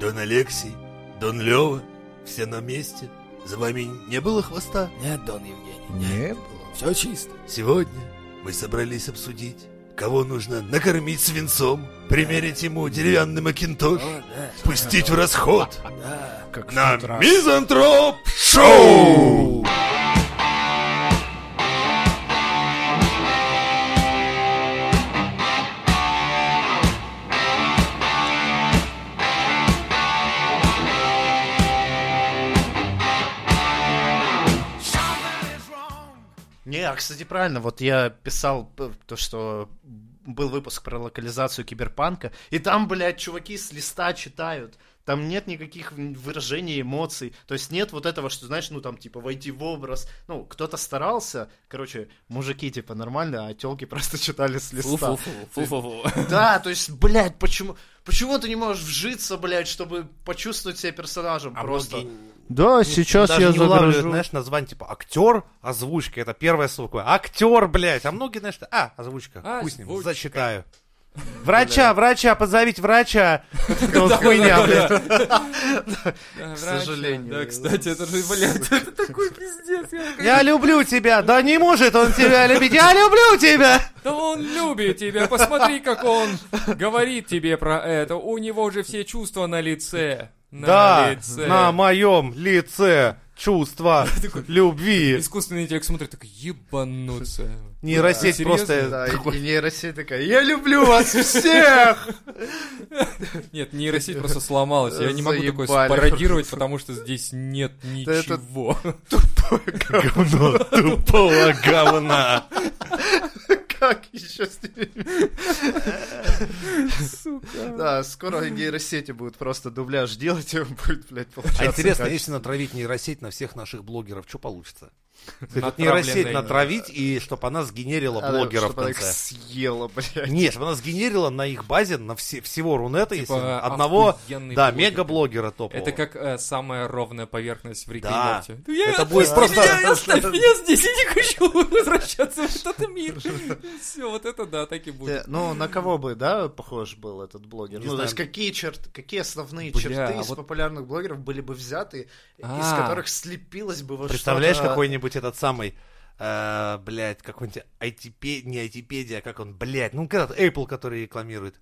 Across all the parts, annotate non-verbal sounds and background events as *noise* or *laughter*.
Дон Алексей, Дон Лева, все на месте. За вами не было хвоста? Нет, Дон Евгений. Не было. Все чисто. Сегодня мы собрались обсудить, кого нужно накормить свинцом, примерить ему деревянный О, макинтош, да. пустить в расход Да. Как в на тот раз. Мизантроп Шоу! Не, а кстати, правильно, вот я писал п- то, что был выпуск про локализацию киберпанка, и там, блядь, чуваки с листа читают. Там нет никаких м, выражений эмоций. То есть нет вот этого, что, знаешь, ну там, типа, войти в образ. Ну, кто-то старался. Короче, мужики, типа, нормально, а телки *laughs* просто читали с листа. Фу-фу-фу. Фу-фу-фу. Да, то есть, блядь, почему... Почему ты не можешь вжиться, блядь, чтобы почувствовать себя персонажем А просто? многие Да, сейчас даже не улавливают, знаешь, название типа актер, озвучка, это первое слово. такое, Актер, блядь, а многие, знаешь, а, озвучка, хуй с ним, Озвучка. зачитаю. Врача, врача, позовите *laughs* врача. Это вот хуйня, блядь. К сожалению. Да, кстати, это же, блядь, *laughs* это такой пиздец. я как- Я люблю тебя. Да не может он тебя любить. Я люблю тебя. Да он любит тебя, посмотри, как он говорит тебе про это. У него же все чувства на лице. На Да, лице. на моем лице *laughs* чувство любви. Искусственный интеллект смотрит, так ебануться. Нейросеть Да, просто... Да, и- такой, и нейросеть такая, я люблю вас *laughs* всех! Нет, *laughs* нейросеть просто сломалась. Я не могу такое Заебали. спародировать, потому что здесь нет ничего. Ну, Говно тупого говна. Как еще с ними? Да, скоро нейросети будут просто дубляж делать, и он будет, блядь, получаться. А интересно, как- если натравить нейросеть на всех наших блогеров, что получится? Вот Натравленная. нейросеть натравить, и чтобы она сгенерила Она, блогеров в чтобы она их конце. съела, блядь. Не, чтобы она сгенерила на их базе, на все, всего Рунета, если Типа, одного, охуенный да, блогер. мега-блогера топового. Это как э, самая ровная поверхность в реке Да. Морти. Да я- Это будет оставь просто- меня, *laughs* оставь меня здесь, я не хочу возвращаться в этот мир. Все, вот это да, так и Э, будет. Ну, на кого бы, да, похож был этот блогер? Не ну, то есть, знаю. какие, черт, какие основные Бля, черты а из вот- популярных блогеров были бы взяты, из А. которых слепилось бы во Представляешь, что-то- какой-нибудь этот самый, э, блядь, какой-нибудь айтипе, не айтипедия, как он, блядь, ну, когда Apple, который рекламирует.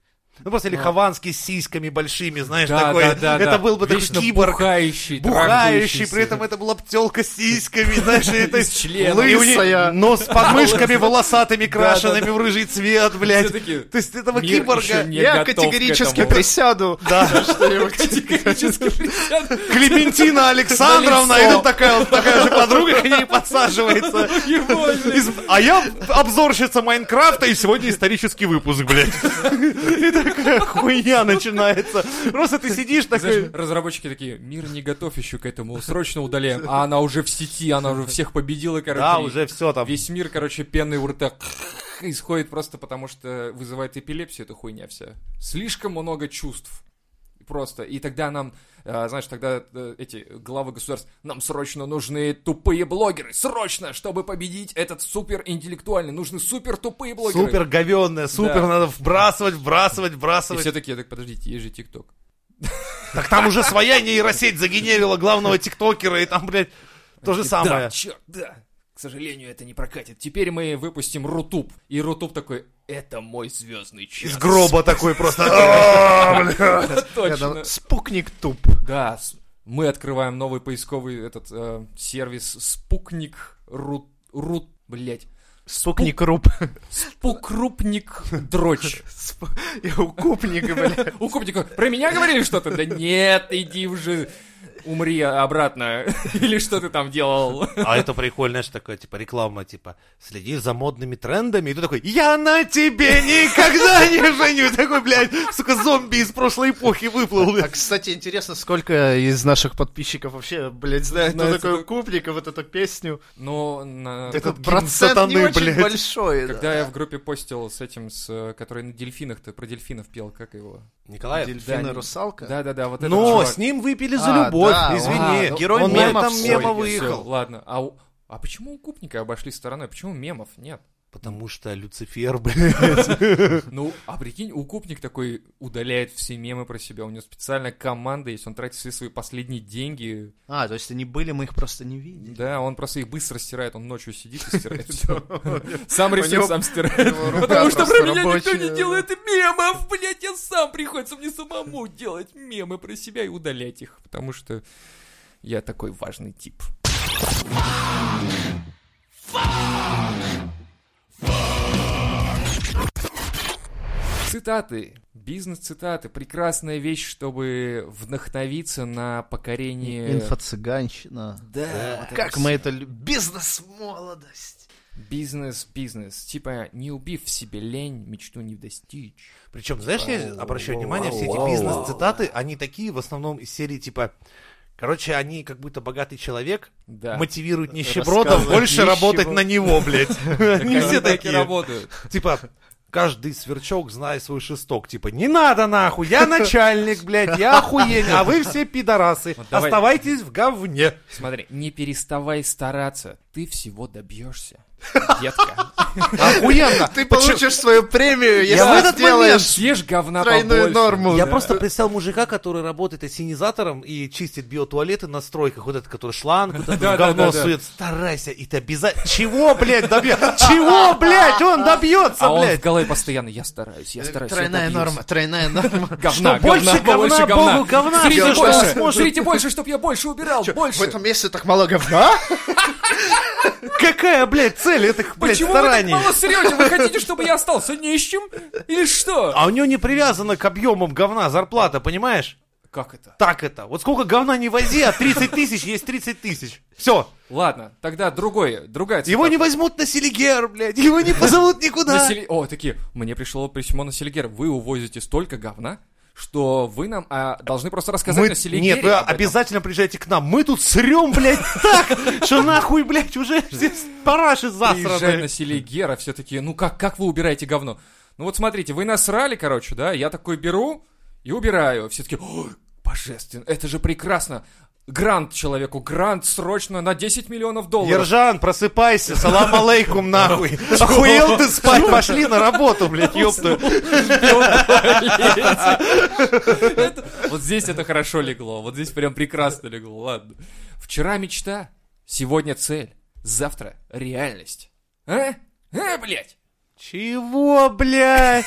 Ну, просто или Хованский с сиськами большими, знаешь, такой. это был бы такой Вечно киборг. бухающий, бухающий, трахающийся. при этом это была птелка с сиськами, знаешь, и это Из члена. Лысая. лысая, но с подмышками волосатыми, крашенными Да-да-да. в рыжий цвет, блядь. Все-таки То есть этого мир еще киборга не Я готов к категорически этому. присяду. *laughs* за что-нибудь. Категорически присяду. Клементина Александровна, На лицо. и тут такая, вот такая же подруга к ней подсаживается. Ебать, Из- А я обзорщица Майнкрафта, и сегодня исторический выпуск, блядь. И такая хуйня начинается. Просто ты сидишь Знаешь, такой... разработчики такие, мир не готов еще к этому, срочно удаляем. А она уже в сети, она уже всех победила, короче. Да, и уже все там. Весь мир, короче, пеной у рта *laughs* исходит просто потому, что вызывает эпилепсию эта хуйня вся. Слишком много чувств. Просто. И тогда нам, э, знаешь, тогда э, эти главы государств, нам срочно нужны тупые блогеры. Срочно, чтобы победить этот суперинтеллектуальный. Нужны супер тупые блогеры. Супер говенная, супер, Да. надо вбрасывать, вбрасывать, *laughs* И вбрасывать. все такие, так подождите, есть же ТикТок. Так там уже своя нейросеть загенерила главного тиктокера, и там, блядь, то же Да, самое. черт, да. К сожалению, это не прокатит. Теперь мы выпустим Рутуб. И Рутуб такой, это мой *laughs* звездный час. Из гроба такой просто. *laughs* «А, бля». Точно. Спукник туп. Да, с- мы открываем новый поисковый этот э, сервис Спукник Рут... Рут... Блять. Спукник руп. Спукрупник Дрочь. *laughs* Я укупник, блядь. У Кубника, про меня говорили что-то? Да нет, иди уже, умри обратно. *laughs* Или что ты там делал? А это прикольно, знаешь, такое, типа, реклама, типа, следи за модными трендами, и ты такой, я на тебе никогда не женюсь, такой, блядь, сука, зомби из прошлой эпохи выплыл, А, блядь. кстати, интересно, сколько из наших подписчиков вообще, блядь, знает, кто Знает такой эту- укупник и вот эту песню? *laughs* Ну, на... Этот гимн процент не сатаны, очень блядь. большой. да. Когда я в группе постил с этим, с, э, который на дельфинах, ты про дельфинов пел, как его? Николаев? Дельфина Да, русалка. Да-да-да, вот этот Но чувак. с ним выпили за А, любовь, да, извини. он- герой он на мемов этом свой. мема Всё, выехал. ладно, а, у- а почему у Купника обошли стороной? Почему мемов нет? Потому что Люцифер, блядь. Ну, а прикинь, укупник такой удаляет все мемы про себя. У него специальная команда есть, он тратит все свои последние деньги. А, то есть они были, мы их просто не видели. Да, он просто их быстро стирает, он ночью сидит и стирает *laughs* все. Сам рисует, сам стирает. Потому что про меня никто не делает мемов, блядь, я сам приходится мне самому делать мемы про себя и удалять их, потому что я такой важный тип. Цитаты. Бизнес-цитаты. Прекрасная вещь, чтобы вдохновиться на покорение... Инфо-цыганщина. Э. Э, Да. вот Как это мы всё. это любим. Бизнес-молодость. Бизнес, бизнес. Типа, не убив в себе лень, мечту не достичь. Причем, знаешь, я обращаю Вау, внимание, все вау, эти бизнес-цитаты, они такие в основном из серии типа... Короче, они как будто богатый человек Да. мотивирует нищебродов Рассказывает больше работать на него, *laughs* блядь. Они Как все они так и такие. работают. Типа, каждый сверчок знает свой шесток. Типа, не надо нахуй, я начальник, блядь, я охуенный, а вы все пидорасы. Вот давай. Оставайтесь в говне. Смотри, не переставай стараться, ты *laughs* всего добьешься. Детка. Охуенно. А Ты получишь свою премию, Я в этот сделаешь Съешь говна тройную побольше. норму. Я Да. просто представил мужика, который работает ассенизатором и чистит биотуалеты на стройках. Вот этот, который шланг, вот это *laughs* Да, в да, да, говно да. сует. Старайся, и ты обязательно... Чего, блядь, добьется? Чего, блядь, он добьется, А он в блядь? голове постоянно, я стараюсь, я стараюсь. я Э, Тройная добьюсь». норма, тройная норма. Говна, Что, больше говна, больше говна, говна. Богу говна, Срите всё, что больше, он сможет. срите больше, чтоб я больше убирал, В больше. этом месяце так мало говна? Какая, блядь, цель этих, блядь, Почему вы так стараний? мало срете? Вы хотите, чтобы я остался нищим? Или что? А у него не привязана к объемам говна зарплата, понимаешь? Как это? Так это. Вот сколько говна не вози, а 30 тысяч есть 30 тысяч. Все. Ладно, тогда другое, другая Его не цитата. возьмут на Селигер, блядь. Его не позовут На никуда. Сели- О, такие, мне пришло письмо на Селигер. Вы увозите столько говна, что вы нам а, должны просто рассказать Мы- на Селигере. Нет, вы об этом. обязательно приезжайте к нам. Мы тут срем, блядь, *laughs* так, что нахуй, блядь, уже все параши Приезжай на засраны. Селигера, все такие, ну как, как вы убираете говно? Ну вот смотрите, вы насрали, короче, да, я такой беру и убираю. Все таки божественно, это же прекрасно. Грант человеку, грант срочно на 10 миллионов долларов. Ержан, просыпайся, салам алейкум, нахуй. *laughs* Охуел ты спать, пошли на работу, блядь, ёпта. Это- Вот здесь это хорошо легло, вот здесь прям прекрасно легло, ладно. Вчера мечта, сегодня цель, завтра реальность. А? А, блядь? Чего, блядь?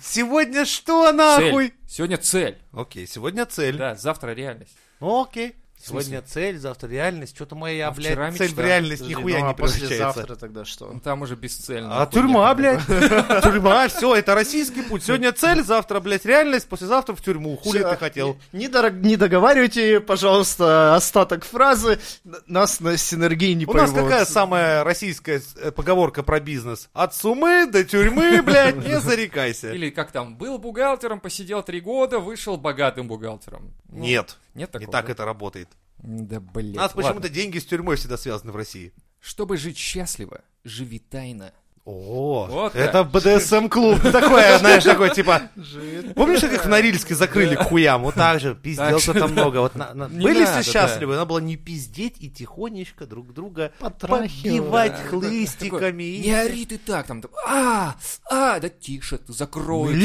Сегодня что, Цель. нахуй? Сегодня цель, Окей, сегодня цель. да, завтра реальность. Ну, окей. смысле? Сегодня цель, завтра реальность. Что-то моя, А блядь, вчера цель в мечта. реальность Подожди, нихуя ну а не превращается. послезавтра тогда что? Ну, Там уже бесцельно. А тюрьма, блядь. *laughs* Тюрьма, все, это российский путь. Сегодня цель, завтра, блядь, реальность, послезавтра в тюрьму. Хули Всё, ты хотел? Не, не дорог- не договаривайте, пожалуйста, остаток фразы. Н- Нас на синергии не У нас поймут. какая самая российская э, поговорка про бизнес? От сумы до тюрьмы, *laughs* блядь, не зарекайся. Или как там, был бухгалтером, посидел три года, вышел богатым бухгалтером. Ну, Нет, Нет не такого. так да? это работает. Да блин. У нас почему-то ладно. деньги с тюрьмой всегда связаны в России. Чтобы жить счастливо, живи тайно. О, Вот это БДСМ-клуб. Ну, *laughs* Такое, знаешь, такой, типа... Жит. Помнишь, как их в Норильске закрыли к хуям? Вот так же, же, пиздел-то да. там много. Вот на- на- Не Были надо, все счастливы, надо было не пиздеть и тихонечко друг друга Потрахивать. побивать Да, Такой, хлыстиками. и не ори ты так, там, там, а, а, да тише, ты закроешь.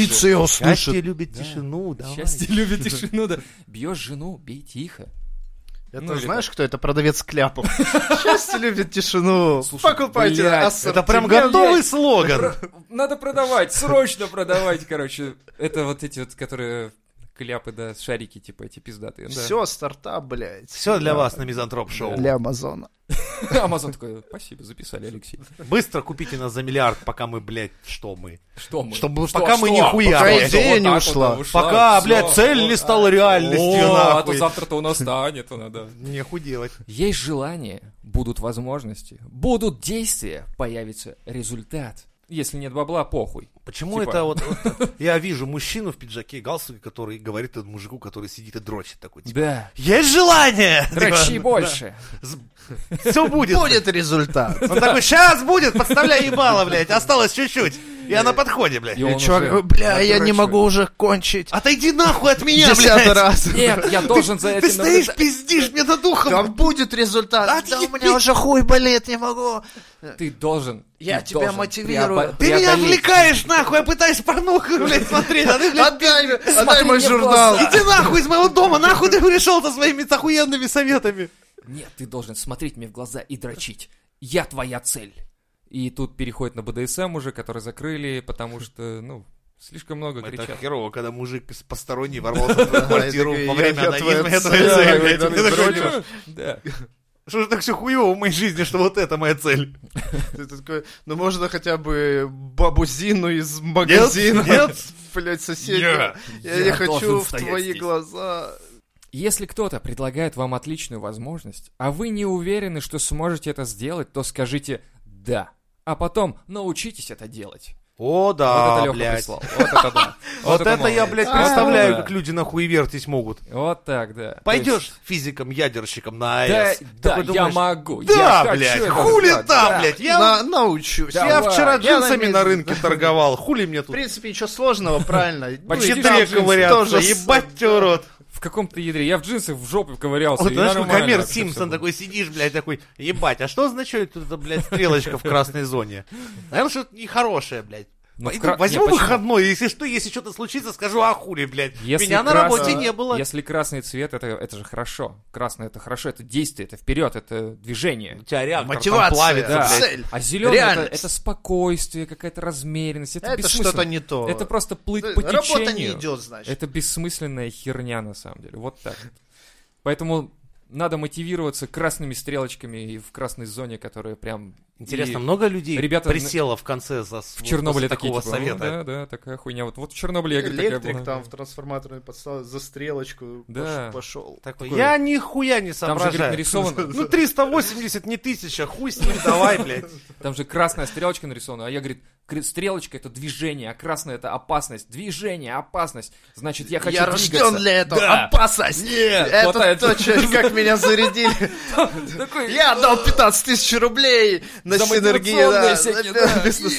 Счастье любит тишину, давай. Счастье любит тишину, да. Бьешь жену, бей тихо. Это Ну или знаешь, кто это? Продавец *laughs* кляпов. Счастье любит тишину. Покупайте блядь, Это ассортимент. прям готовый слоган. Надо продавать, срочно продавать, короче. Это вот эти вот, которые кляпы, да, шарики, типа эти пиздатые. да. Все, стартап, блядь. Все для вас на Мизантроп Шоу. Для Амазона. *laughs* Амазон такой, спасибо, записали, Алексей. Быстро купите нас за миллиард, пока мы, блядь, что мы. Что мы? Что, пока мы что? нихуя, Пока блядь. идея Идея не так ушла. вот Пока, всё. блядь, цель не стала реальностью, О, а то нахуй. завтра-то у нас станет, надо. Не худелать. Есть желание, будут возможности, будут действия, появится результат. Если нет бабла, похуй. Почему Типа. это вот, вот я вижу мужчину в пиджаке, галстуке, который говорит этому мужику, который сидит и дрочит такой, типа, Да. есть желание! Типа, Типа, Дрочи больше. Все будет. Будет результат. Он такой, сейчас будет, подставляй ебало, блядь, осталось чуть-чуть. Я на подходе, блядь. И он И чувак уже говорит, бля, я не отворачивает. могу уже кончить. Отойди нахуй от меня, Десятый блядь. раз. *laughs* Нет, я должен за Ты этим стоишь, наблюдать. пиздишь мне над ухом. Там будет результат. Да, Да у отъебись. меня уже хуй болит, не могу. Ты должен. Я ты тебя должен мотивирую. преобо- Ты меня преодолеть. отвлекаешь, нахуй, я пытаюсь порнуху, блядь, смотреть, а ты, блядь, Отдай, мне- отдай Смотри мой мне в журнал. глаза. иди нахуй из моего дома, нахуй ты пришел со своими охуенными советами. Нет, ты должен смотреть мне в глаза и дрочить. Я твоя цель. И тут переходит на БДСМ уже, который закрыли, потому что, ну, слишком много Это кричат. херово, когда мужик из- посторонний ворвался в твою квартиру такой, во я- время я анонизма. твоя Я твоя цель, цель, когда блядь. ты Ты такой, *laughs* дрочишь. «Чё? Да. Что же так все хуево в моей жизни, что вот это моя цель? Ты такой, ну можно хотя бы бабузину из магазина. нет. Блять, соседи. Нет. Я, Я не должен хочу в стоять твои здесь. глаза. Если кто-то предлагает вам отличную возможность, а вы не уверены, что сможете это сделать, то скажите «да». А потом научитесь это делать. О, вот это да, Лёха А, блядь. прислал. А, Вот это *laughs* да. Вот это я, молодец. блядь, Вот это представляю, да. как люди нахуй вертись могут. Вот так, да. То Пойдешь есть, физиком-ядерщиком на Да, АЭС. да, А такой я думаешь, могу. я Да, хочу блядь, это хули сделать». там, Да. блядь. Я Я научусь. Да. я давай. вами Я джинсами на на месте. рынке торговал. Хули мне В тут? принципе, ничего сложного, правильно. По Ну, иди там щедре же ковыряться, тоже с- ебать тебя, урод. В каком-то ядре. Я в джинсах в жопу ковырялся. Вот и знаешь, нормально Гомер вообще всё Симпсон было. такой сидишь, блядь, такой, ебать, а что означает тут эта, блядь, стрелочка в красной зоне? Наверное, что-то нехорошее, блядь. Ну, Пойду, кра- возьму не, почему? выходной, если что, если что-то случится, скажу, а хули, блядь, Если меня на крас- работе не было. Если красный цвет, это, это же хорошо. Красный это хорошо, это действие, это вперед, это движение. У тебя реактор Мотивация, там плавится, да. блядь. Цель. А зеленый это, Реальность. это спокойствие, какая-то размеренность. Это, Это бессмысленно. что-то не то. Это просто плыть Э, по Работа не течению. идет, значит. Это бессмысленная херня, на самом деле. Вот так. Поэтому надо мотивироваться красными стрелочками и в красной зоне, которые прям... Интересно, и много людей ребята присело в конце за В Чернобыле такие, такого типа, «Ну совета. да, да, такая хуйня. Вот, вот в Чернобыле я говорю, такая Электрик была. там в трансформаторной подстав за стрелочку Да. пош- пошел. Такой, Такое. я нихуя не Там же, говорит, соображаю. нарисовано, Ну 380, не 1000, хуй с ним, давай, блядь. Там же красная стрелочка нарисована, а я, говорит, кр- стрелочка это движение, а красная это опасность. Движение, опасность. Значит, я хочу Я двигаться. рожден для этого. А Да. Опасность. Это хватает. то, чё- как меня зарядили. *laughs* Такой, Я отдал 15 тысяч рублей на За синергии. мотивационные да, всякие, на- да. бизнес.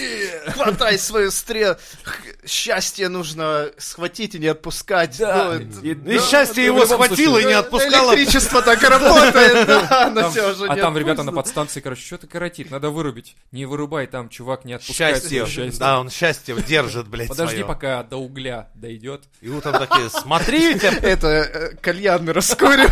Хватай свою стрел. Х- Счастье нужно схватить и не отпускать. Да. Ну, это- И- И да, счастье ну, в его любом схватило и случае. не отпускало. Электричество так работает, *laughs* да, но Там- тебя уже а не там ребята отпустят. на подстанции, короче, что-то коротит, надо вырубить. Не вырубай, там чувак не отпускает Счастье. свое счастье. Да, он счастье держит, блядь, Подожди, свое. пока до угля *laughs* дойдет. И утром такие, смотри, у тебя Это э, кальянный раскурил.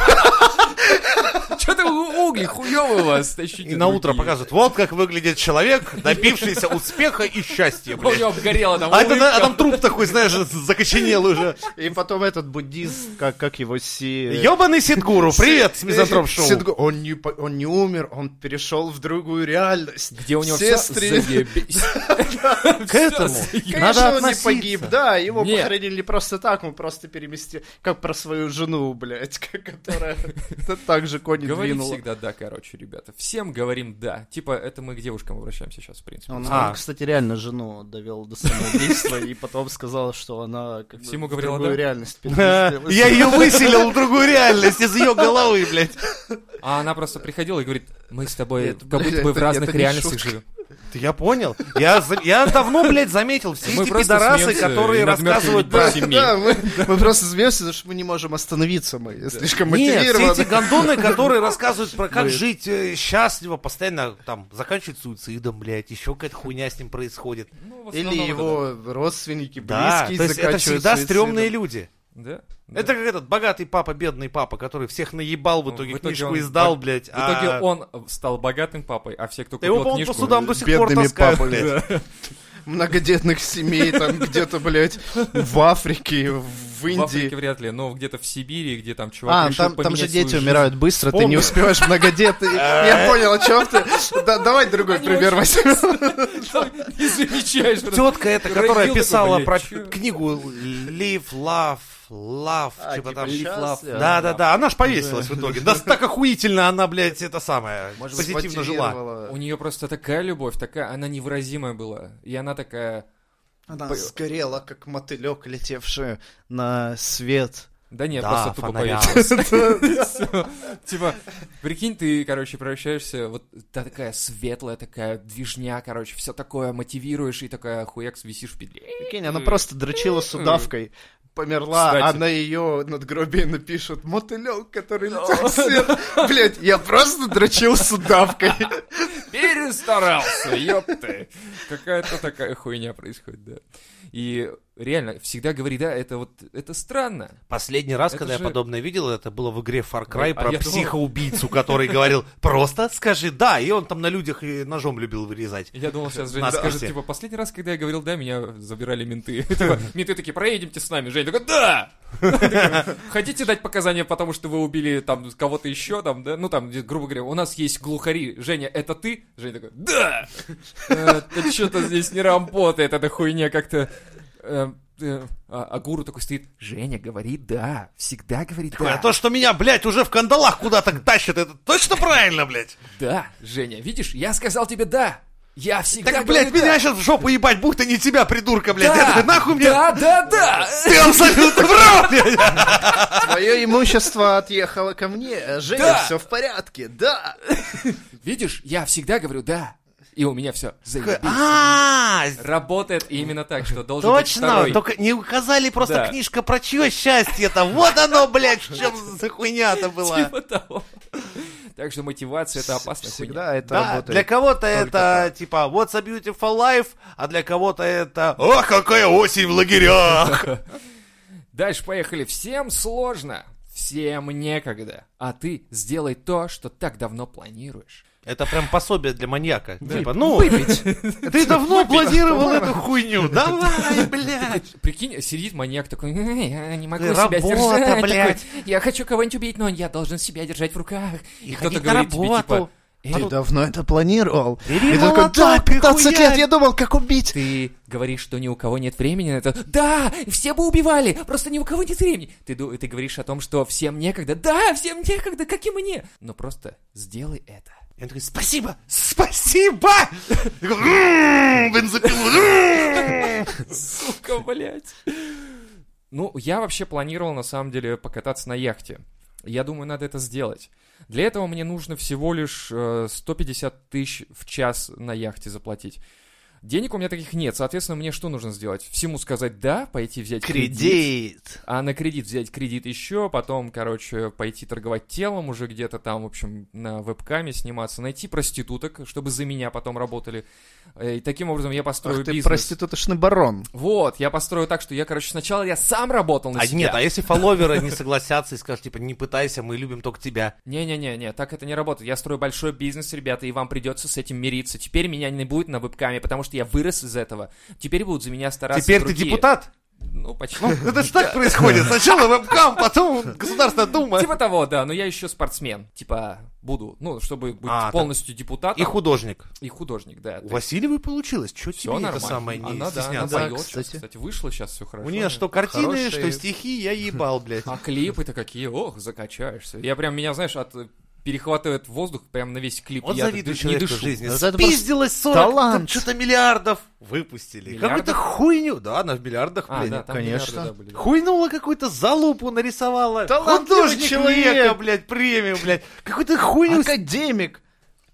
Че ты у- угли, хуёвый у вас, тащите. И на утро другие. показывают, вот как выглядит человек, добившийся успеха и счастья, У него блядь. обгорело там. А, это, улыбка. на- а там труп такой, знаешь, закоченел уже. И потом этот буддист, как, как его Э. си... Ёбаный Сидгуру, привет, с Мизантроп Шоу. Сидгу- Он не, по- он не умер, он перешел в другую реальность. Где у него Все все *laughs* стрел- заебись. К этому Всё, заебись. *laughs* Конечно, надо он относиться. не погиб, да, его Нет. похоронили не просто так, он просто переместил, как про свою жену, блядь, *laughs* к- которая так же кони Говорим двинула. всегда да, короче, ребята. Всем говорим да. Типа, это мы к девушкам обращаемся сейчас, в принципе. Он, А. он, кстати, реально жену довел до самоубийства и потом сказал, что она как бы Всему в говорила другую *laughs* «да». реальность Да, *laughs* переместилась. Я ее выселил в другую реальность из ее головы, блядь. А она просто приходила и говорит, мы с тобой Нет, как блядь, будто бы в это- разных это не реальностях шутка. живем. Ты Я понял. Я, за- я давно, блядь, заметил все Мы эти просто пидорасы, смеемся которые и над мёртвыми рассказывают людьми. про... Да, семьи. да, мы, мы просто смеемся, потому что мы не можем остановиться, мы слишком Нет, все мотивированы. эти гондоны, которые рассказывают про как Мы- жить э, счастливо, постоянно там заканчивают суицидом, блядь, еще какая-то хуйня с ним происходит. Ну, в Или основном его родственники, Да, близкие то есть это заканчивают всегда суицидом. стрёмные люди. Да. да. Это как этот богатый папа, бедный папа, который всех наебал в Ну, итоге, в итоге книжку он издал, бог- блядь. В итоге а- он стал богатым папой, а все, кто Да его, купил по-моему, по книжку... судам до сих пор бедными таскают, папами. блядь. многодетных *laughs* семей, там где-то, блядь, в Африке, в В Африке Индии. вряд ли, но где-то в Сибири, где там чувак А, решил там, там же поменять дети свою жизнь. умирают быстро, ты не Помню. успеваешь многодетные. Я понял, о чем ты. Да, давай другой Они пример возьмем. Там *laughs* Не замечаешь. вот это. Тетка эта, которая Родил такой, писала блядь, про чё? книгу Live, Love, Love, А, типа типа там. «Live, Love», да. Да, да, да, она ж повесилась в итоге. Да так охуительно она, блядь, это самое, позитивно жила. У нее просто такая любовь, такая, она невразимая была. И она такая, Она сгорела, как мотылек, летевший на свет. Да нет, Да, просто тупо фонаря. повесилась. Всё. Типа, прикинь, ты, короче, превращаешься, вот та такая светлая, такая движня, короче, все такое мотивируешь, и такая хуякс висишь в петле. Прикинь, она просто дрочила с удавкой. Померла, Кстати. а на ее надгробие напишут мотылек, который летел в свет. Блять, я просто дрочил с удавкой. Перестарался, ёпты. Какая-то такая хуйня происходит, да. И реально, всегда говори, да, это вот, это странно. Последний раз, Это когда же- я подобное видел, это было в игре Far Cry А про *laughs* я думал- психоубийцу, который говорил «просто скажи да», и он там на людях и ножом любил вырезать. Я думал, сейчас Женя Надо скажет, идти. типа, последний раз, когда я говорил «да», меня забирали менты. *laughs* Типа, менты такие, проедемте с нами. Женя такой, да! *laughs* Такой, Хотите дать показания, потому что вы убили там кого-то еще, там, да? Ну, там, где, грубо говоря, у нас есть глухари. Женя, это ты? Женя такой, да! *laughs* Э, Это что-то здесь не работает, эта хуйня как-то... э, э, А а гуру такой стоит, Женя, говори «да», всегда говори А «да». то, что меня, блядь, уже в кандалах куда-то тащат, это точно правильно, блядь? Да, Женя, видишь, я сказал тебе «да». Я всегда Так, блядь, говорю меня «да». сейчас в жопу ебать, бухта не тебя, придурка, блядь. Я Да, такой, нахуй мне... Да, да, да! Ты абсолютно прав! блядь. Твое имущество отъехало ко мне. Женя, Да. все в порядке, да. Видишь, я всегда говорю «да», и у меня все заебись. А, Работает именно так, что должен быть точно, второй. *laughs* только не указали просто Да. книжка про чье счастье-то. Вот *laughs* оно, блядь, в чем за хуйня-то была. Типа того. Так что мотивация — это опасно. Всегда это Да, работает. А для кого-то это так. типа What's a Beautiful Life, а для кого-то это Ох, какая осень в лагерях! Дальше поехали. Всем сложно, всем некогда. А ты сделай то, что так давно планируешь. Это прям пособие для маньяка. Типа, ну, Выпить. *laughs* ты давно планировал эту *laughs* хуйню. Давай, блядь. Прикинь, сидит маньяк такой, «Э, я не могу Ты себя работа, держать. *laughs* Такой, блядь. я хочу кого-нибудь убить, но я должен себя держать в руках. И, ходить на работу. тебе, типа, Ты «Эй, давно это планировал. Бери И такой, молоток, да, 15 прихуяй. лет я думал, как убить. Ты говоришь, что ни у кого нет времени на это. Да, все бы убивали, просто ни у кого нет времени. Ты, ду- ты говоришь о том, что всем некогда. Да, всем некогда, как и мне. Но просто сделай это. И он такой, спасибо, спасибо! Я говорю, «М, бензопилу, м-м-м». м». Сука, блядь. Ну, я вообще планировал, на самом деле, покататься на яхте. Я думаю, надо это сделать. Для этого мне нужно всего лишь э, 150 тысяч в час на яхте заплатить. Денег у меня таких нет, соответственно, мне что нужно сделать? Всему сказать «да», пойти взять *laughs* кредит. Кредит. А на кредит взять кредит еще, потом, короче, пойти торговать телом уже где-то там, в общем, на вебкаме сниматься, найти проституток, чтобы за меня потом работали. Э, И таким образом я построю Ах ты бизнес. проститутошный барон. Вот, я построю так, что я, короче, сначала я сам работал на А себя. нет, а если фолловеры не согласятся и скажут, типа, не пытайся, мы любим только тебя. Не-не-не, так это не работает. Я строю большой бизнес, ребята, и вам придется с этим мириться. Теперь меня не будет на вебкаме, потому что я вырос из этого. Теперь будут за меня стараться Теперь ты другие. депутат? Ну, почти. Ну, это же так происходит. Сначала вебкам, потом Государственная Дума. Типа того, да, но я еще спортсмен. Типа, буду, ну, чтобы быть А, так. полностью депутатом. И художник. И художник, да. У Васильевой получилось. Чё Все тебе это нормально. самое не она, да, она стесняться? Да, поёт щас, кстати. кстати. вышла сейчас все хорошо. У нее что картины, Хорошие. что стихи, я ебал, *laughs* блядь. А клипы-то какие, ох, закачаешься. Я прям, меня, знаешь, от э, перехватывает воздух прям на весь клип. Вот я завидую дыш- человеку не в дышу. жизни. Вот это Спиздилось 40, талант. там что-то миллиардов выпустили. Миллиардов? Какую-то хуйню. Да, она в миллиардах, А, блядь. да, там конечно. миллиарды, да, были. Хуйнула какую-то залупу, нарисовала. Талантливый Художник человек. века, блядь, премию, блядь. Какую-то хуйню. Академик.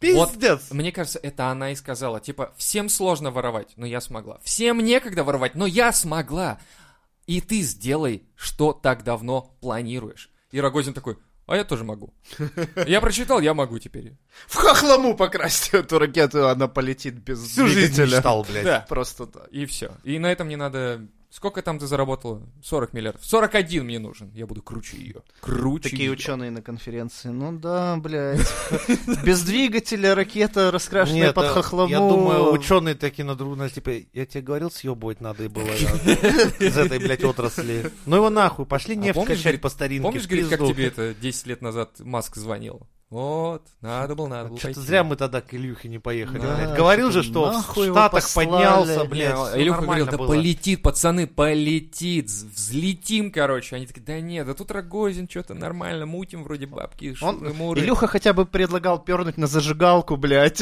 А Вот. Пиздец. Мне кажется, это она и сказала. Типа, всем сложно воровать, но я смогла. Всем некогда воровать, но я смогла. И ты сделай, что так давно планируешь. И Рогозин такой, а я тоже могу. Я прочитал, я могу теперь. В хохлому покрасить эту ракету, она полетит без Всю жизнь двигателя. мечтал, блядь. Да. Просто так. И все. И на этом не надо... Сколько там ты заработала? 40 миллиардов. 41 мне нужен. Я буду круче ее. Круче Такие её. ученые на конференции. Ну да, блядь. *laughs* Без двигателя ракета, раскрашенная Нет, под а, хохлому. Я думаю, ученые такие на друг друга, типа, я тебе говорил, съебывать надо и было *laughs* да, из этой, блядь, отрасли. Ну его нахуй, пошли А нефть помнишь, качать говорит, по старинке. Помнишь, в говорит, как пизду. тебе это 10 лет назад Маск звонил? Вот, надо было, надо было Что-то пойти. зря мы тогда к Ильюхе не поехали. Да, блядь. Говорил же, что в нахуй его Штатах послали. поднялся, Не, блядь. Не, всё Илюха нормально говорил, да было. полетит, пацаны, полетит, вз- взлетим, короче. Они такие, да нет, да тут Рогозин, что-то нормально, мутим вроде бабки, ш- Он- муры». типа, *laughs* Илюха хотя бы предлагал пернуть на зажигалку, блядь.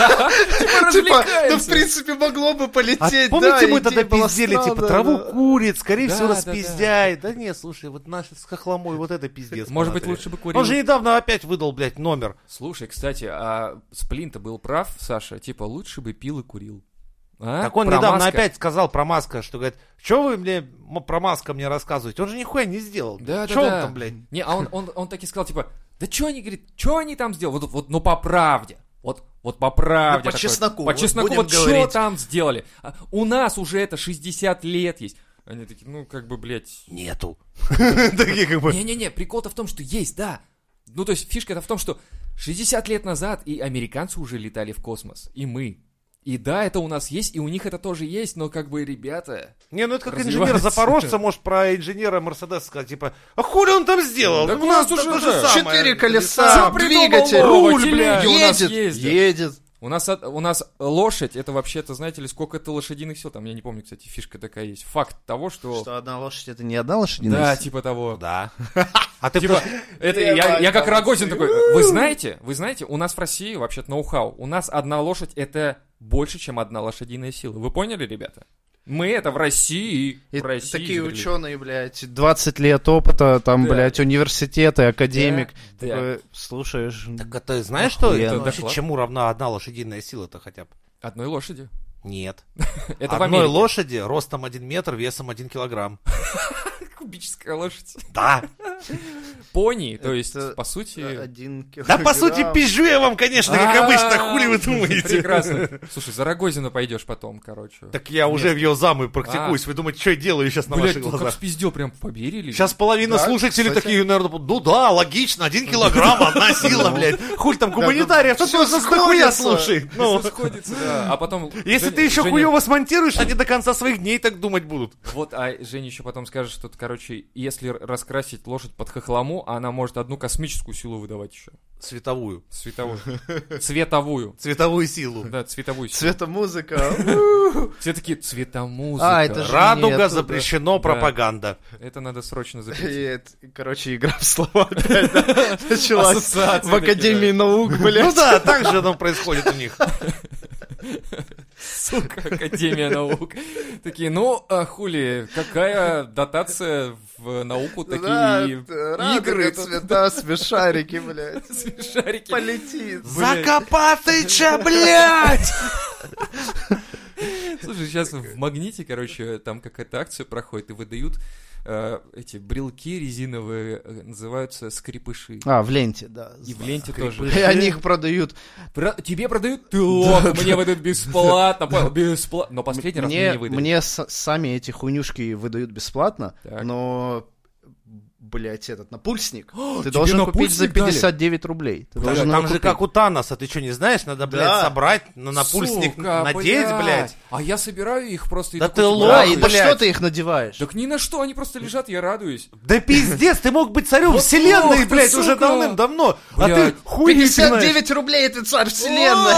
Типа, да в развлекаемся. принципе могло бы А полететь, да, помните, мы идея тогда была пиздели, типа, странная, траву да. курит, скорее Да, всего, да, распиздяет. Да, нет, слушай, вот наши с хохломой, вот это пиздец. Может быть, понадобится. лучше бы курил. Он же недавно опять выдал, блядь, номер. Слушай, кстати, а Сплин-то был прав, Саша, типа, лучше бы пил и курил. А? Так он Про недавно Маска. опять сказал про Маска, что говорит, что вы мне м- про Маска мне рассказываете? Он же нихуя не сделал. Да, да, Что он да. там, блядь? Не, а он, он, он так и сказал, типа, да что они, говорит, что они там сделали? Вот, вот, ну по правде. Вот, вот по правде. Ну, по такой. чесноку, По вот чесноку, будем вот что говорить. там сделали? А, у нас уже это 60 лет есть. Они такие, ну как бы, блядь. Нету. Такие как *laughs* бы, Не-не-не, прикол-то в том, что есть, да. Ну то есть фишка-то в том, что 60 лет назад и американцы уже летали в космос, и мы. И да, это у нас есть, и у них это тоже есть, но как бы, ребята... Не, ну это как Развивается. инженер Запорожца может про инженера Мерседеса сказать, типа, а хули он там сделал? Так Ну, у нас уже, то же да, самое. Четыре колеса, Всё придумал двигатель, нового, руль, телеги блядь, у нас едет, ездят. едет. У нас, от- у нас лошадь, это вообще-то, знаете ли, сколько это лошадиных сил, там, я не помню, кстати, фишка такая есть. Факт того, что... Что одна лошадь это не одна лошадиная? Да, сила? типа того. *laughs* Да. А ты Типа, просто- это я, я как Рогозин такой, вы знаете, вы знаете, у нас в России вообще-то ноу-хау, у нас одна лошадь это больше, чем одна лошадиная сила. Вы поняли, ребята? Мы это в России, И в России. такие изобрели. ученые, блядь, 20 лет опыта, там, Да. блядь, университеты, академик. Да, Такой, Слушаешь, Так а ты знаешь, что Охуенно. это Это вообще доклад. чему равна одна лошадиная сила-то хотя бы? Одной лошади. Нет. Это в Одной Америке. лошади ростом 1 метр, весом 1 килограмм. *laughs* Кубическая лошадь. Да. Пони, то есть, Это- по э, сути... э, один Да по сути килограмм. пизжу я вам, конечно, как обычно, А, хули вы думаете? Прекрасно. Слушай, за Рогозина пойдешь потом, короче. Так я уже в ее замы практикуюсь. практикуюсь. Вы думаете, что я делаю сейчас на Блять, ваших А. ну как глазах? спиздел, прям поверили. Сейчас половина Да, слушателей кстати. такие, наверное, ну да, логично, один килограмм, *laughs* одна сила, ну. блядь. Хуй там гуманитариев, тут всё просто хуя сходится. слушает. Ну, Всё сходится, да. А потом... если Женя- ты еще Женя- хуево смонтируешь, они до конца своих дней так думать будут. Вот, а Женя еще потом скажет, что, короче, если раскрасить лошадь под хохлому, она может одну космическую силу выдавать еще. Световую. Световую. Цветовую. Цветовую силу. Да, цветовую силу. Цветомузыка. Все такие, цветомузыка. А, это же- Радуга Нету, да. запрещено Да. пропаганда. Это надо срочно И запретить. это, Короче, игра в слова опять, да, началась. Ассоциации В Академии такие, наук, Ну блядь. да, так же оно происходит у них. Сука, *laughs* Академия наук. Такие, ну, а хули, какая дотация в науку, Да, такие радуга, игры. тут цвета, смешарики, блядь. *laughs* Смешарики. Полетит. *laughs* Блядь. Закопатыча, блядь! Слушай, сейчас в магните, короче, там какая-то акция проходит, и выдают э, эти брелки резиновые, э, называются скрипыши. А, в ленте, да. И в ленте тоже. И они их продают. Про- Тебе продают? Ты лох, мне выдают бесплатно, понял? Бесплатно. Но последний раз мне Мне, не выдали. мне с- сами эти хуйнюшки выдают бесплатно, Так. но блять, этот напульсник. ты тебе должен купить за напульсник дали? 59 рублей. Ты Там должен Ну, его же купить. как у Таноса, ты что, не знаешь? Надо, блядь, собрать, на напульсник Сука, надеть, блядь. А я собираю их просто. и Да такой, ты типа, лох, Да, и на блядь. что ты их надеваешь? Так ни на что, они просто лежат, я радуюсь. Да пиздец, ты мог быть царем Вот лох вселенной, ты, блядь, уже сука. давным-давно. А ты Блядь. хуй не знаешь. рублей, это царь вселенной.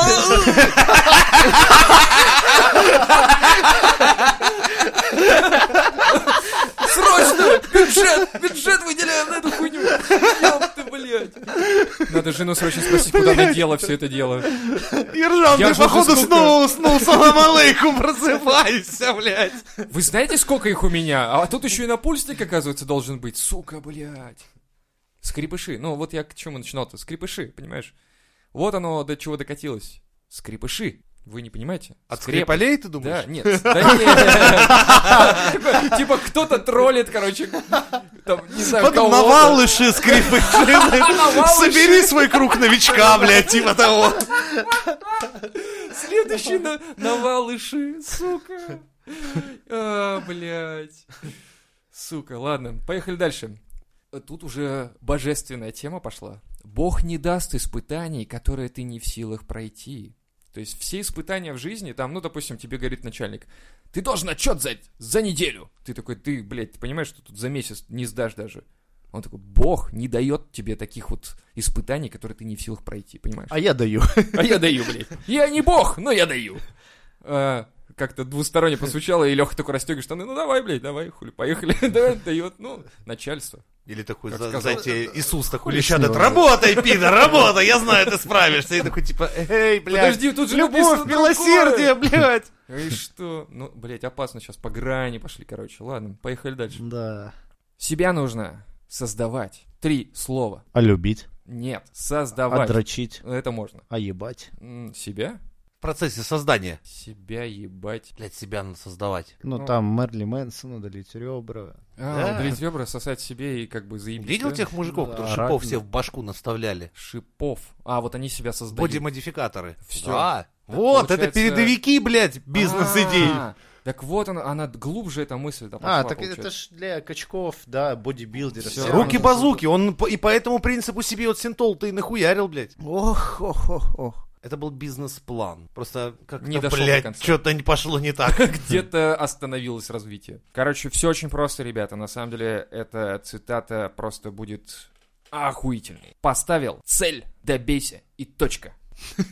Срочно! Бюджет! Бюджет выделяем на эту хуйню! Ёб ты, блядь! Надо жену срочно спросить, куда она дела все это дело. Ержан, Я ты, ж уже походу, сколько- снова уснул, салам алейкум, просыпайся, блядь. Вы знаете, сколько их у меня? А тут еще и напульсник, оказывается, должен быть. Сука, блядь. Скрипыши. Ну, вот я к чему начинал-то. Скрипыши, понимаешь? Вот оно до чего докатилось. Скрипыши. Вы не понимаете? От Скреп- скрипалей, ты думаешь? Да, нет. да нет. *laughs* Типа кто-то троллит, короче. Там, не знаю, Потом кого-то. навалыши скрипы. Навалыши. Собери свой круг новичка, блядь, типа того. Следующий на, навалыши, сука. А, блядь. Сука, ладно, поехали дальше. Тут уже божественная тема пошла. Бог не даст испытаний, которые ты не в силах пройти. То есть все испытания в жизни, там, ну, допустим, тебе говорит начальник, ты должен отчет за, за неделю. Ты такой, ты, блядь, ты понимаешь, что тут за месяц не сдашь даже. Он такой, бог не дает тебе таких вот испытаний, которые ты не в силах пройти, понимаешь? А я даю. А я даю, блядь. Я не бог, но я даю. А, Как-то Хм. двусторонне посвечало, и Леха такой расстегивает штаны. Ну давай, блядь, давай, хули, поехали. *laughs* Давай, дает, ну, начальство. Или такой, Как за- сказал- э, знаете, Иисус такой Хули с леща, ним, говорит, да. работай, пидор, *laughs* работай, я знаю, ты справишься. И такой, типа, эй, блядь, Подожди, тут же любовь, написано милосердие, блядь. другое. И что? Ну, блядь, опасно сейчас, по грани пошли, короче. Ладно, поехали дальше. Да. Себя нужно создавать. Три слова. А любить? Нет, А создавать. дрочить? Это можно. А ебать? М, Себя? В процессе создания. Себя ебать. Блядь, себя надо создавать. Ну, Ну. там Мерли Мэнсону удалить ребра. А, Да. удалить ребра, сосать себе и как бы заебись. Видел да? тех мужиков, Да, которые рак, шипов да. все в башку наставляли? Шипов. А, вот они себя создают. Боди-модификаторы. Всё. Да. Так Вот, это получается- передовики, блядь, бизнес-идей. А, Так вот она, она глубже эта мысль. там А, пошла, так получается. это ж для качков, да, бодибилдеров. Всё. Всё. Руки-базуки, он по- и по этому принципу себе вот синтол-то и нахуярил, блядь. Ох, ох, ох, ох. Это был бизнес-план. Просто как-то, Не дошёл до блядь, конца. что-то не пошло не так. *laughs* Где-то остановилось развитие. Короче, все очень просто, ребята. На самом деле, эта цитата просто будет охуительной. Поставил цель, добейся и точка.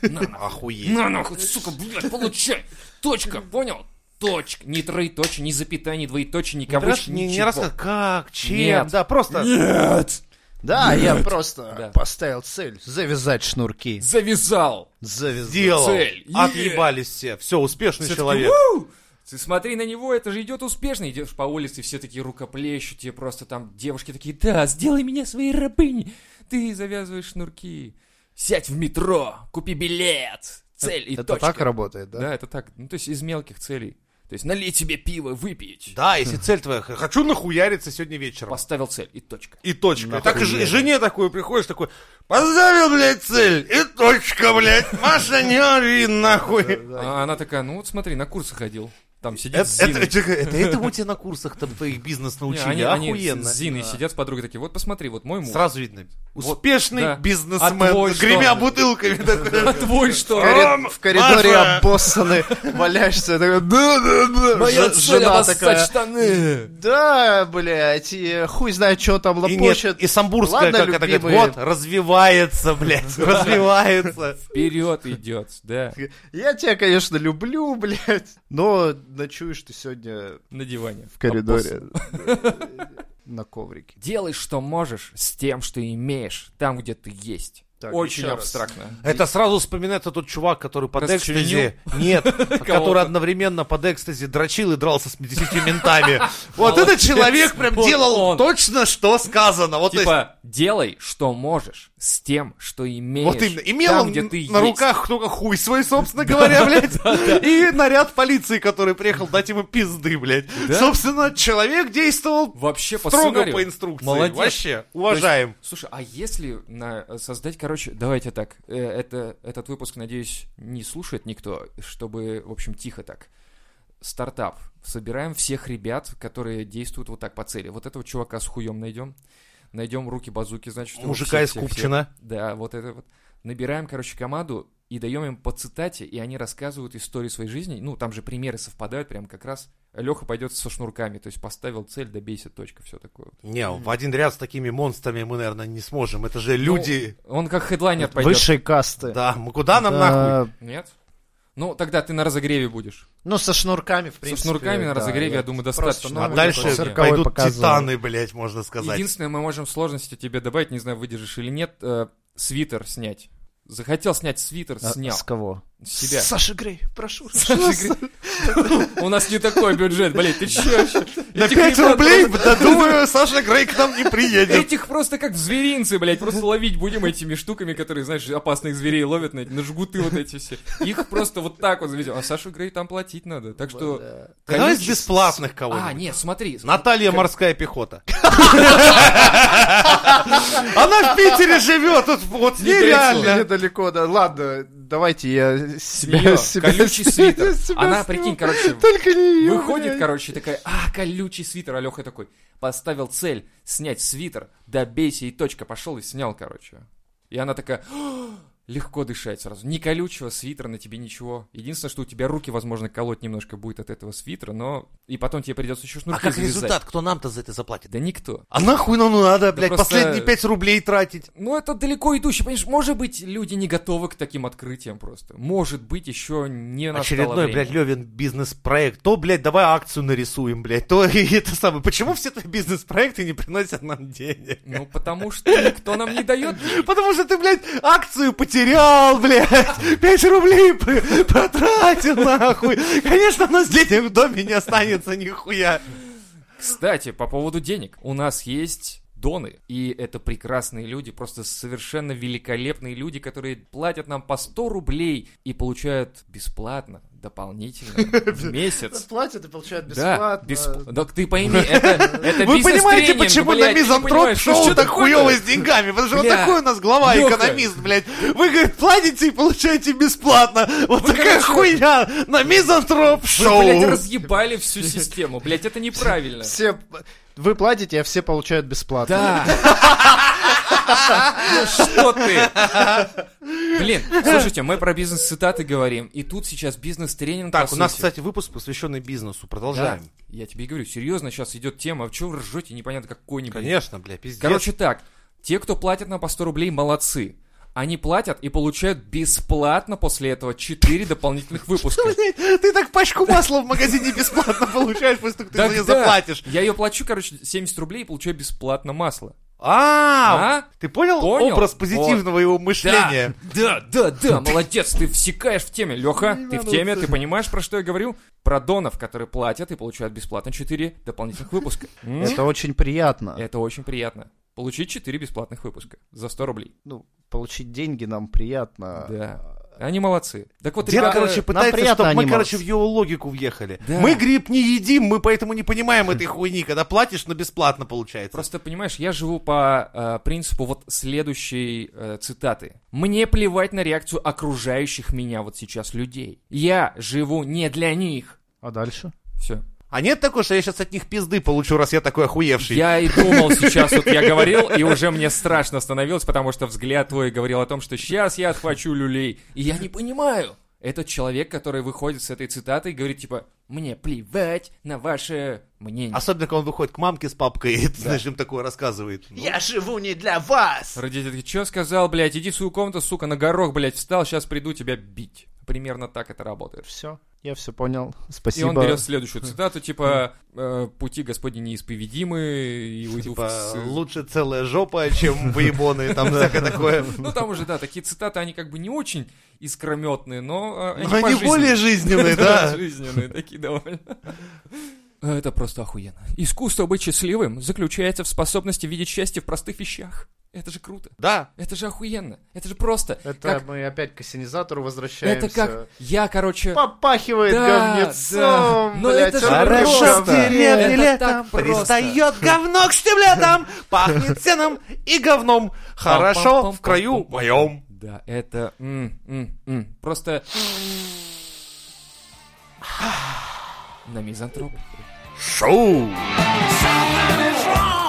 На, нахуй. Охуеть. На нахуй, сука, блядь, получай. Точка, понял? Точка. Ни троеточие, ни запятая, ни двоеточие, ни кавычки, не, не ничего. рассказывай, как, чем, Нет. да, просто... Нет! Да, я просто Да. поставил цель завязать шнурки. Завязал! Завязать. Сделал, Цель. отъебались все, все, успешный Все человек. такие, «Уу!» Ты смотри на него, это же идет успешно. Идешь по улице, все такие рукоплещут, тебе просто там девушки такие, да, сделай меня своей рабыней. Ты завязываешь шнурки, сядь в метро, купи билет, цель и Это точка. так работает, да? Да, это так. Ну, то есть из мелких целей. То есть налей тебе пиво, выпить. Да, если цель твоя, х- хочу нахуяриться сегодня вечером. Поставил цель и точка. И точка. И так и ж- Нахуярить. жене такую приходишь, такой, поставил, блядь, цель, и точка, блядь, Маша, не ори, нахуй. А она такая, ну вот смотри, на курсы ходил. Там сидит Это, с это, Зиной. это- это этому тебя на курсах там твоих бизнес Не, научили, они, они охуенно. с Зиной сидят с подругой такие, вот посмотри, вот мой муж. Сразу видно. Вот, Успешный да. А бизнесмен, твой что? гремя *laughs* бутылками такой. А твой что? Ром, В коридоре Маша! обоссаны, валяешься, такой, да-да-да. Моя Ж- цель жена обоссать такая, штаны. Да, блядь, и хуй знает, что там И, нет, лопочет. и самбурская, Ладно, как это говорит, любимые. вот, развивается, *laughs* блядь, развивается. Вперед идет, да, Я тебя, конечно, люблю, *laughs* блядь, но ночуешь ты сегодня на диване. в коридоре. *laughs* На коврике. Делай, что можешь, с тем, что имеешь, там, где ты есть. Так, Очень еще раз. абстрактно. Это сразу вспоминается тот чувак, который под Расчленил? экстази... *laughs* Нет, который одновременно под экстази дрочил и дрался с 50 *laughs* ментами. *laughs* Вот Молодец. этот человек прям Вот делал он. точно, что сказано. Вот то есть- Типа, делай, что можешь, с тем, что имеешь. Вот именно. Имел там, он где на ты есть. руках только хуй свой, *laughs* собственно говоря, блядь. И наряд полиции, который приехал дать ему пизды, блядь. Да. Собственно, человек действовал Вообще по строго сценарию. по инструкции. Молодец. Вообще, уважаем. Слушай, а если на- э, создать, короче, давайте так, э, это, этот выпуск, надеюсь, не слушает никто, чтобы, в общем, тихо так. Стартап. Собираем всех ребят, которые действуют вот так по цели. Вот этого чувака с хуем найдем. Найдем руки-базуки, значит. его Мужика всех- из всех- всех. Купчина. Да, вот это вот. Набираем, короче, команду и даем им по цитате, и они рассказывают истории своей жизни. Ну, там же примеры совпадают прям как раз. Леха пойдет со шнурками, то есть поставил цель, добейся, точка, все такое. вот. Не, в один ряд с такими монстрами мы, наверное, не сможем. Это Ну, же люди. Он как хедлайнер пойдет. Высшие касты. Да, мы куда ну нам нахуй? Да, Нет? Ну, тогда ты на разогреве будешь. Ну, со шнурками, в принципе. Со шнурками на да, разогреве, я, думаю, достаточно. просто, ну, А вот дальше такой цирковой пойдут показывал. титаны, блядь, можно сказать. Единственное, мы можем сложности тебе добавить, не знаю, выдержишь или нет, э, свитер снять. Захотел снять свитер, А, снял. С кого? С себя. *laughs* Саша Грей, прошу. У нас не такой бюджет, блядь, ты чё вообще? На Этих 5 ребят рублей, просто- да думаю, Саша Грей к нам не приедет. Этих просто как в зверинце, блядь, просто ловить будем этими штуками, которые, знаешь, опасных зверей ловят на, на жгуты вот эти все. Их просто вот так вот заведем. А Сашу Грей там платить надо, так что... Давай из количество- бесплатных А, кого-нибудь. нет, смотри. Наталья морская пехота. *laughs* Она в Питере живет, вот- вот А с ней реально. Недалеко, да. Ладно, давайте я себя... Её себя- *laughs* колючий свитер. себя Она, сниму. прикинь, короче, Только не её, Выходит, блядь. короче, такая, а, колючий свитер. Алёха такой, поставил цель снять свитер, добейся и точка. Пошел и снял, короче. И она такая, «А, легко дышать сразу. Не колючего свитера на тебе ничего. Единственное, что у тебя руки, возможно, колоть немножко будет от этого свитера, но... И потом тебе придется еще А шнурки как завязать. результат, кто нам-то за это заплатит? Да никто. А нахуй нам надо, блядь, просто- последние 5 рублей тратить? Ну, это далеко идущий, понимаешь, может быть, люди не готовы к таким открытиям просто. Может быть, еще не настало Очередной, время. блядь, Левин бизнес-проект. То, блядь, давай акцию нарисуем, блядь, то *laughs* и это самое. Почему все твои бизнес-проекты не приносят нам денег? Ну, потому что никто нам не дает. Потому что ты, блядь, акцию потерял, блядь, 5 рублей п- потратил, нахуй. Конечно, у нас денег в доме не останется нихуя. Кстати, по поводу денег. У нас есть доны, и это прекрасные люди, просто совершенно великолепные люди, которые платят нам по 100 рублей и получают бесплатно, дополнительно, *laughs* в месяц. Платят и получают Да, бесплатно. бесп- да ты пойми, это, это Вы понимаете, бизнес-тренинг, почему блядь, на ты мизантроп понимаешь, ну шоу что так такое-то? хуёво с деньгами? Потому что вот Бля. такой у нас глава Лёха. экономист, блядь. Вы, говорит, платите и получаете бесплатно. Вот такая короче, хуйня на мизантроп Вы, блядь, шоу. разъебали всю систему, блядь, это неправильно. Все... Вы платите, а все получают бесплатно. *laughs* Да. Ну что ты? Блин, слушайте, мы про бизнес-цитаты говорим, и тут сейчас бизнес-тренинг, Так, по у нас, сути. кстати, выпуск, посвященный бизнесу. Да, Продолжаем. я тебе и говорю, серьезно сейчас идет тема, а чего вы ржете, непонятно какой-нибудь. Конечно, бля, пиздец. Короче так, те, кто платят нам по 100 рублей, молодцы. Они платят и получают бесплатно после этого *laughs* 4 дополнительных выпуска. Блядь, ты так пачку масла в магазине бесплатно получаешь, после того, как ты за нее Так да, заплатишь. Я ее плачу, короче, 70 рублей и получаю бесплатно масло. А, А? ты понял, Понял. образ позитивного его мышления? Да, да, да, да, молодец, ты всекаешь в теме, Леха, ты в теме, ты понимаешь, про что я говорю? Про донов, которые платят и получают бесплатно 4 дополнительных выпуска. М? Это очень приятно. Это очень приятно. Получить 4 бесплатных выпуска за 100 рублей. Ну, получить деньги нам приятно. Да. Они молодцы. Так вот, Дед, ребята, короче, нам пытается, приятно чтобы мы, аниматься. короче, в его логику въехали. Да. Мы гриб не едим, мы поэтому не понимаем этой хуйни, когда платишь, но бесплатно получается. Просто, понимаешь, я живу по э, принципу вот следующей э, цитаты. «Мне плевать на реакцию окружающих меня вот сейчас людей. Я живу не для них». А дальше? Все. А нет такого, что я сейчас от них пизды получу, раз я такой охуевший? Я и думал сейчас, вот я говорил, и уже мне страшно становилось, потому что взгляд твой говорил о том, что сейчас я отхвачу люлей. И я не понимаю. Этот человек, который выходит с этой цитатой и говорит, типа, «Мне плевать на ваше мнение». Особенно, когда он выходит к мамке с папкой, и, ты знаешь, им такое рассказывает. Ну, Я живу не для вас! Родители такие, что сказал, блядь, иди в свою комнату, сука, на горох, блядь, встал, сейчас приду тебя бить. Примерно так это работает. Все, я все понял. И Спасибо. он берет следующую цитату, типа, э, «Пути Господни неисповедимы», и уйду типа, в... с- лучше целая жопа, чем выебоны, там всякое такое. Ну, там уже, да, такие цитаты, они как бы не очень искрометные, но э, Но они пожизненные. более *laughs* жизненные, да. Жизненные такие довольно. А Это просто охуенно. Искусство быть счастливым заключается в способности видеть счастье в простых вещах. Это же круто. Да. Это же охуенно. Это же просто. Это Как- мы опять к ассенизатору возвращаемся. Это как... Я, короче... Попахивает Да, да. говнецом, Но блядь, это же а Хорошо Хорошо в просто. говно. деревне Это летом, так просто. пристает говно к штиблетам, пахнет сеном и говном. Хорошо в краю моем. Да, это... м, м, м. *sniffs* Просто... На мизантроп. Шоу! Something is wrong.